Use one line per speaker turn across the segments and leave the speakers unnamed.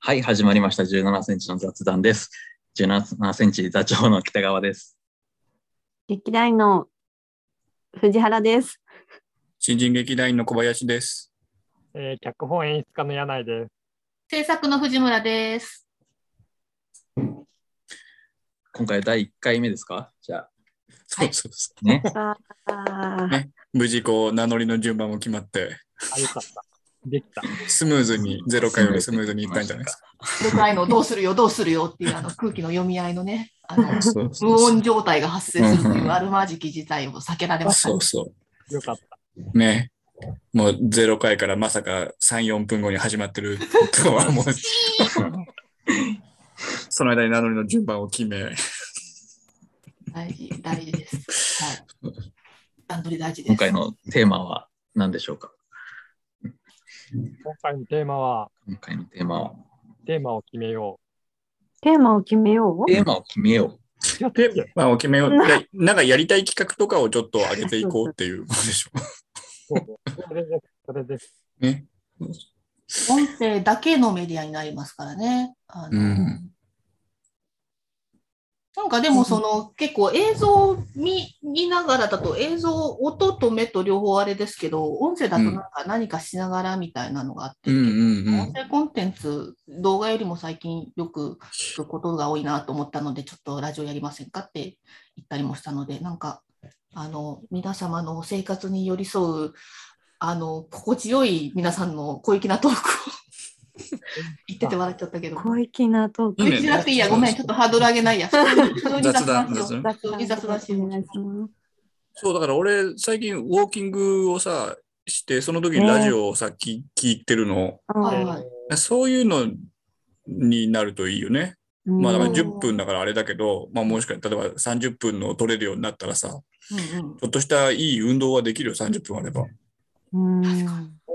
はい、始まりました。17センチの雑談です。17センチ座長の北川です。
劇団員の藤原です。
新人劇団員の小林です。
えー、脚本演出家の柳井です。
制作の藤村です。
今回第1回目ですかじゃあ。。
そうそうそう
ね,
ね。無事こう名乗りの順番も決まって。
あ、よかった。できた。。
スムーズに、ゼロ回よりスムーズにいったんじゃないですか。
ゼロ回のどうするよ、どうするよっていうあの空気の読み合いのね、あの無音状態が発生するというあるまじき事態を避けられました、
ね。そうそう
よかった。
ね。もうゼロ回からまさか3、4分後に始まってるとはもうその間に名乗りの順番を決め。
大事、大事です。はい。段取り大事です。
今回のテーマは何でしょうか
今回のテーマは、
今回のテーマは、
テーマを決めよ
う。テーマを決めよ
うテーマを決めよ
う。いや、テーマを決めよう。なんかやりたい企画とかをちょっと上げていこうっていうことでしょ
う。それです。それです。
ね。
音声だけのメディアになりますからね。あの、うん、なんかでもその、うん、結構映像を見見ながらだと映像、音と目と両方あれですけど、音声だとなんか何かしながらみたいなのがあって、 音声コンテンツ、動画よりも最近よく聞くことが多いなと思ったので、ちょっとラジオやりませんかって言ったりもしたので、なんかあの皆様の生活に寄り添うあの心地よい皆さんの小粋なトークを言ってて笑っちゃったけど。
小粋なトーク。
小粋なくていいや、ごめん、ちょっとハードル上げないや。
雑談、
雑談。雑談しよう。
そう、だから俺、最近ウォーキングをさ、して、その時にラジオをさ、えー、聞いてるの、えー。そういうのになるといいよね。まあ、だから10分だからあれだけど、まあ、もしか例えば30分の取れるようになったらさ、うんうん、ちょっとしたいい運動はできるよ、30分あれば。
うん。い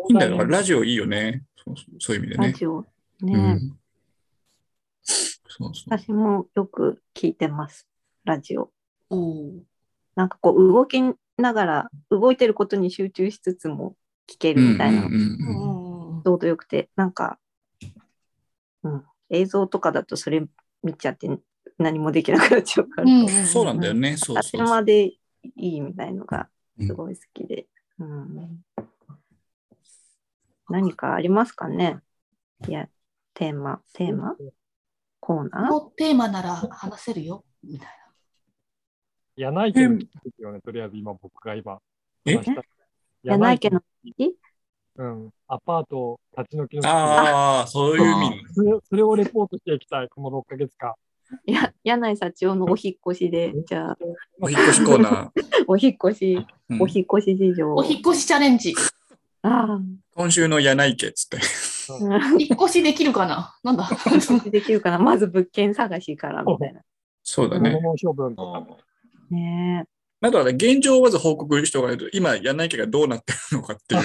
いんだよ、ラジオいいよね。そうそういう意味でね。
ラジオね、うん、そうそう私もよく聞いてます、ラジオ。なんかこう動きながら動いてることに集中しつつも聞けるみたいな、ちょうどよくて、なんか、うん、映像とかだとそれ見ちゃって何もできなくなっちゃうから、うんうん、
そうなんだよね、そうそうそう
頭でいいみたいのがすごい好きで。うん、うん何かありますかねいや、テーマ、テーマコーナー
のテーマなら話せるよ、みたいな。
いやないけど、よね、とりあえず今僕が今。
えやないけど、
うん、アパート立ち退きの
ああ、そういう意味
それ。それをレポートしていきたい、この6か月間。
いや、柳井幸男のお引越しで、じゃあ。
お引越しコーナー。
お引越し、 お引越し事情。
お引越しチャレンジ。
ああ
今週の柳家っつって。
引っ越しできるかな なんだ
引っ越しできるかなまず物件探しからみたいな。
そうだね。
処分と
かね
あとはね、現状をまず報告しておかないと、今、柳家がどうなってるのかっていう。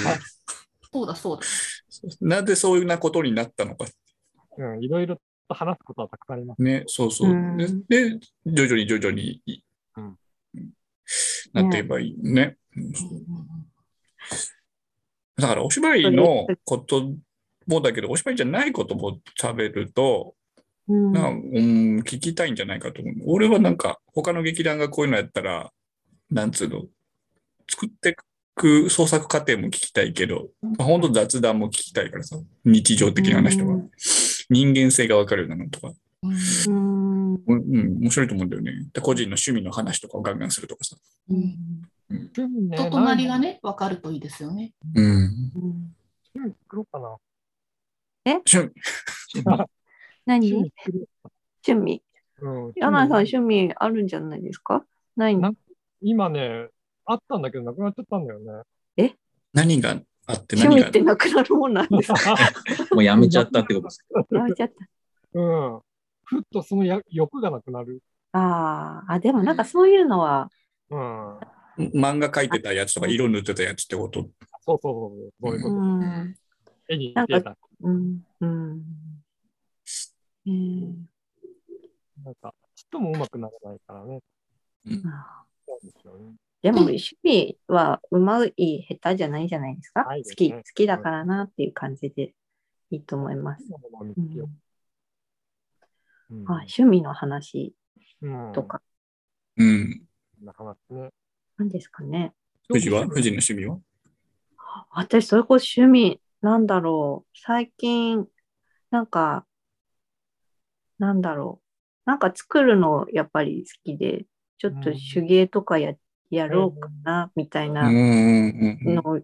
そうだそうだ。
なぜそういうなことになったのか。
うん、いろいろと話すことはたくさんあります。
ね、そうそう。うで、徐々に徐々に、うん、なっていけばいいね。ねだからお芝居のこともだけど、お芝居じゃないことも食べると、うん、なんうん、聞きたいんじゃないかと思う。俺はなんか、他の劇団がこういうのやったら、なんつうの、作ってく創作過程も聞きたいけど、まあ、本当雑談も聞きたいからさ、日常的な話とか、うん、人間性がわかるようなのとか、、
うん、うん
面白いと思うんだよね。個人の趣味の話とかをガンガンするとかさ。
うん人となりがね、分かるといいですよね。
うん。
うん、作ろうかな。
え
趣味。
何趣味。山田さん、趣味あるんじゃないですかない
今ね、あったんだけど、なくなっちゃったんだよ ね。
え
何があって
何が趣味ってなくなるもんなんですか
もうやめちゃったってことです
かやめちゃった。
うん。ふっとそのや欲がなくなる。
ああ、でもなんかそういうのは、、
うん。
漫画描いてたやつとか色塗ってたやつってこと
そうそうそう、そういうこと。うん絵に似てた。
うん。うん。えー、
なんか、ちっともうまくならないからね。
うん、
そうですよね。
でも趣味はうまい下手じゃないじゃないですか。好き、好きだからなっていう感じでいいと思います。うん、あ趣味の話とか。
うん。
なかなかね。
何ですかね。
富士は富士の趣味は
私、それこそ趣味、なんだろう。最近、なんか、なんだろう。なんか作るのやっぱり好きで、ちょっと手芸とかや,、やろうかな、みたいなの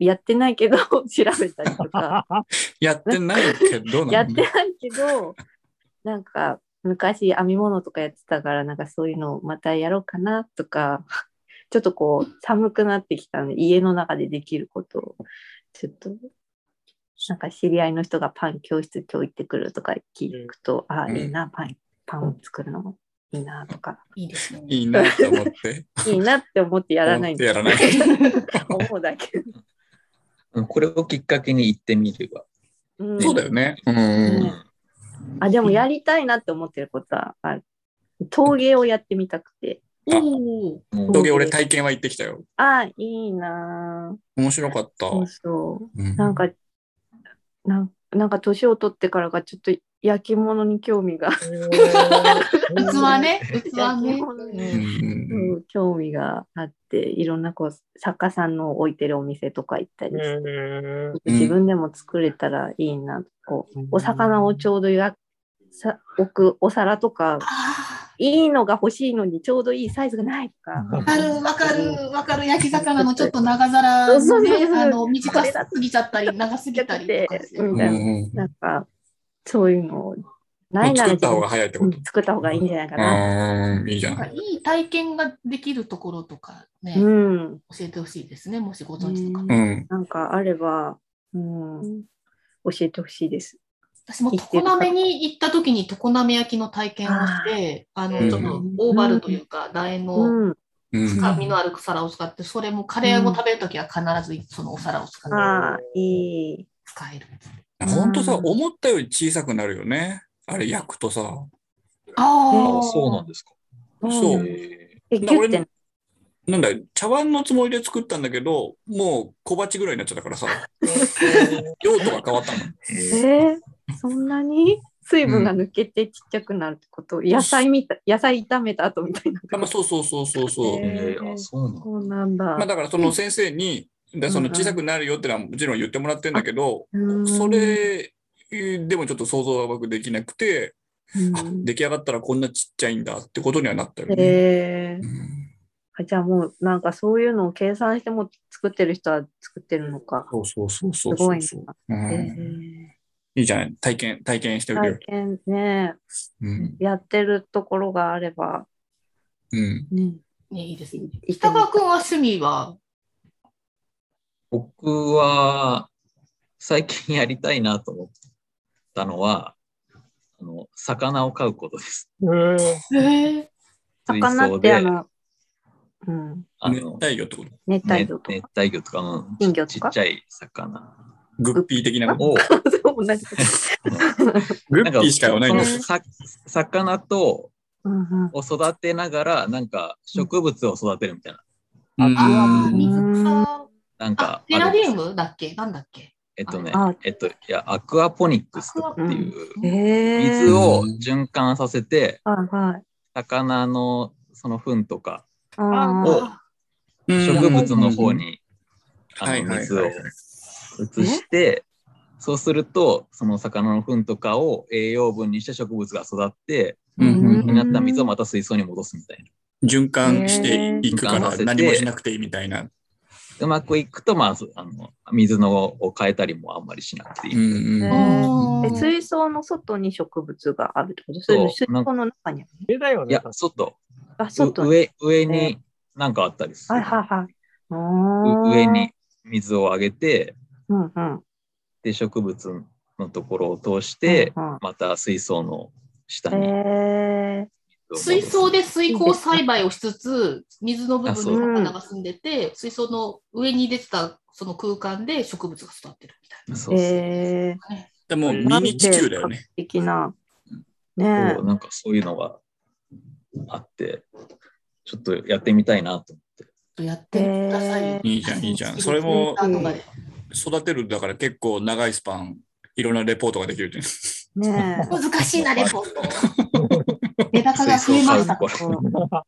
やってないけど 調べたりとか。
やってないけど
やってないけど、 なんか昔編み物とかやってたから、なんかそういうのまたやろうかなとか、 ちょっとこう寒くなってきたので、家の中でできることを、ちょっと、なんか知り合いの人がパン教室今日行ってくるとか聞くと、うん、ああ、いいな、パン、パンを作るのもいいなとか。
いいですね。
いいなって思って。
いいなって思ってやらないん
でやらない。
思うだ け。
これをきっかけに行ってみれば。
うん、そうだよね。うん。
あ、でもやりたいなって思ってることは、あ陶芸をやってみたくて。
陶芸俺体験は行ってきたよ。
あ、いいな
面白かった。
そうそう。うん、なんか、ななんか年を取ってからがちょっと焼き物に興味が。器
ね、器ね。
うん、興味があって、いろんなこう作家さんの置いてるお店とか行ったりして、自分でも作れたらいいな、こうお魚をちょうどやさ置くお皿とか、いいのが欲しいのにちょうどいいサイズがないとか。
わかる、わかる、わかる。焼き魚のちょっと長皿、ね、あの短すぎちゃったり、長すぎたりとかして。みたい
な。なんかそういうの
ないなら作った方が早いってこと、
作った方がいいんじゃないかな。
いいじゃない。、
いい体験ができるところとかね、
うん、
教えてほしいですね、もしご存知とか。うん
なんかあれば、うん、教えてほしいです。
私も常滑に行った時に常滑焼きの体験をして、あの、ちょっとオーバルというか、楕円の深みのある皿を使って、それもカレーを食べるときは必ずそのお皿を使って、
あいい
使える。
本当さ、思ったより小さくなるよね。あれ焼くとさ。あ
あ。
そうなんですか。
そう。
え、ギュって
なんだ、茶碗のつもりで作ったんだけど、もう小鉢ぐらいになっちゃったから さ。用途が変わったの。
えー、そんなに水分が抜けてちっちゃくなるってこと、野菜みた野菜炒めた後みたいな。
あまあ、そうそうそうそうそう。
えー、そう
なんだ。
まあ、だからその先生に、でその小さくなるよってのはもちろん言ってもらってるんだけど、うん、それでもちょっと想像がうまくできなくて、うん、出来上がったらこんなちっちゃいんだってことにはなったよね。
えーうん、じゃあもうなんかそういうのを計算しても作ってる人は作ってるのか。
そうそうそうそう
すごいな、
えー、いいじゃない体験体験してお
ける。体験ね、やってるところがあれば。
うん。
ね
ね、いいですね。北川君は趣味は
僕は最近やりたいなと思ったのは、あの魚を飼うことです。
えー、魚ってあの、うん、
あの熱帯魚ってこと
熱帯魚とか。
熱帯魚とかの
金魚
ちっちゃい魚。
グッピー的な
のを。
グッピーしかないんです
魚とを育てながら、なんか植物を育てるみたいな。
ああ、水草。
なんか
テラリウムだっけなんだっけ
えっとね、えっと、いや、アクアポニックスっていう、水を循環させて、魚のその糞とかを植物の方にあの水を移して、そうすると、その魚の糞とかを栄養分にして植物が育って、になった水をまた水槽に戻すみたいな。
循環していくから何もしなくていいみたいな。
うまくいくと、まあ、あの水のを変えたりもあんまりしなくていい。
水槽の外に植物があるってことそう水槽の中に
上だよね。
いや、外。
あ外
上上に何かあったりする。
はいはい
はい。上に水をあげて、
うんうん、
で植物のところを通して、うんうん、また水槽の下に。
えー
水槽で水耕栽培をしつつ、水の部分に魚が住んでて、水槽の上に出てたその空間で植物が育ってるみたいな。。
そうで
でも、ミニ地球だよね。
的な。ね
なんかそういうのがあって、ちょっとやってみたいな と思って
やってください。
いいじゃん、いいじゃん。それも育てるだから結構長いスパン、いろんなレポートができるじゃん。
ね
難しいな、レポート。メダカが増えました。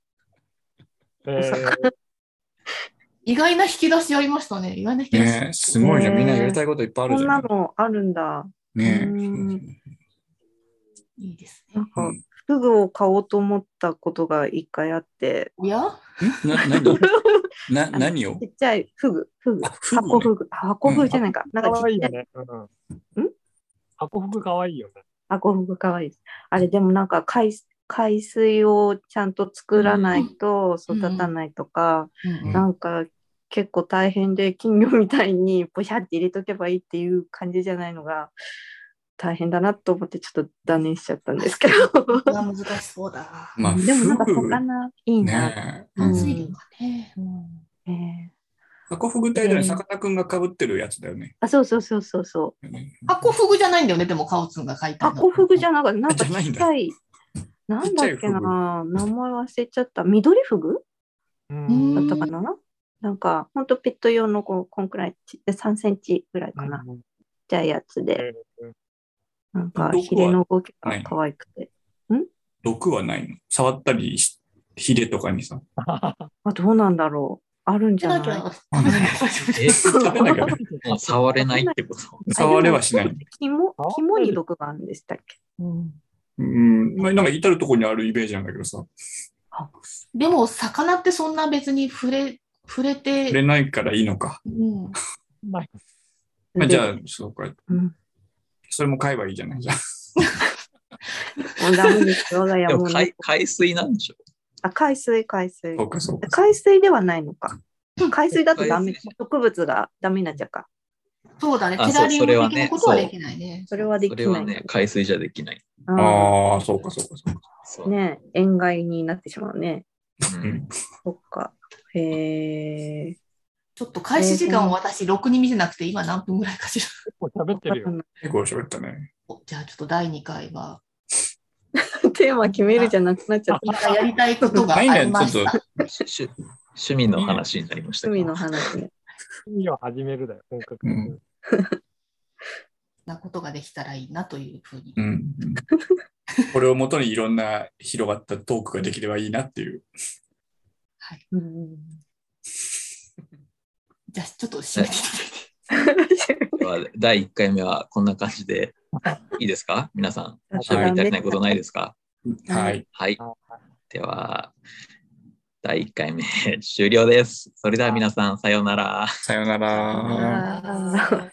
意外な引き出しありましたね。意外な引き出し。
ねすごいじゃん。みんなやりたいこといっぱいあるじゃん。
こんなのあるんだ。
ね
いいですね。
なんか、フグを買おうと思ったことが一回あって。
おや
な何な何を
ちっちゃいフグ、フグ、箱フグ、箱フグじゃないか。なんかちっちゃい。
ん箱フグかわいいよね。
箱フグかわいいです。あれ、でもなんか海、海水をちゃんと作らないと育たないとか、なんか結構大変で金魚みたいにポシャって入れとけばいいっていう感じじゃないのが大変だなと思ってちょっと断念しちゃったんですけど。
難しそうだ。
まあ、でもなんか魚いいな。
暑いのがね。
うん、え
箱フグってあれじゃない、さかなクンがかぶってるやつだよね。
あ、そうそうそうそうそう。
箱フグじゃないんだよね、でも、カオツンが書いてある。
箱フグじゃなくて、なんかちっちゃい。なんだっけな名前忘れちゃった。緑フグだったかななんか、ほんとペット用のここんくらい、3センチぐらいかな。 ちっちゃいやつで。なんか、ヒレの動きが可愛くて。ん
毒はないの触ったり、ヒレとかにさ。
あ、どうなんだろう。あるんじゃない
もう触れないってこと
触れはしない。
肝肝に毒があるんでしたっけ
うんうん、まあ、なんか至るとこにあるイメージなんだけどさ。
でも、魚ってそんな別に触れ、触れて。
触れないからいいのか。うん。まあ、じゃあ、そうか。うん、それも買えばいいじゃないじゃ
もうダメですよ、
我が海海水なんでしょ
あ、海水、海水。
そうか、そうか。
海水ではないのか。海水だとダメ、植物がダメになっちゃうか。
そうだね、テラリウム的なことはできないね。
それはできない。
それはね、海水じゃできない。
ああ、そうか、そうか、そう
か。ね塩害になってしまうね。そっか。へえ。
ちょっと開始時間を私、ろくに見せなくて、今何分ぐらいかしら。
結構喋ってるよ。
結構喋ったね。
じゃあ、ちょっと第2回は。
テーマ決めるじゃなくなっちゃ った。
やりたいことがありました。
趣味の話になりました。
趣味の話。
趣味を始めるだよ、本格的に。
なことができたらいいなというふうに。
うん、これをもとにいろんな広がったトークができればいいなっていう。
はい、うん じゃあちょっと締めて
では第1回目はこんな感じでいいですか皆さん、しゃべり足りないことないですか
はい。
はい、では、第1回目終了です。それでは皆さん、さようなら。
さようなら。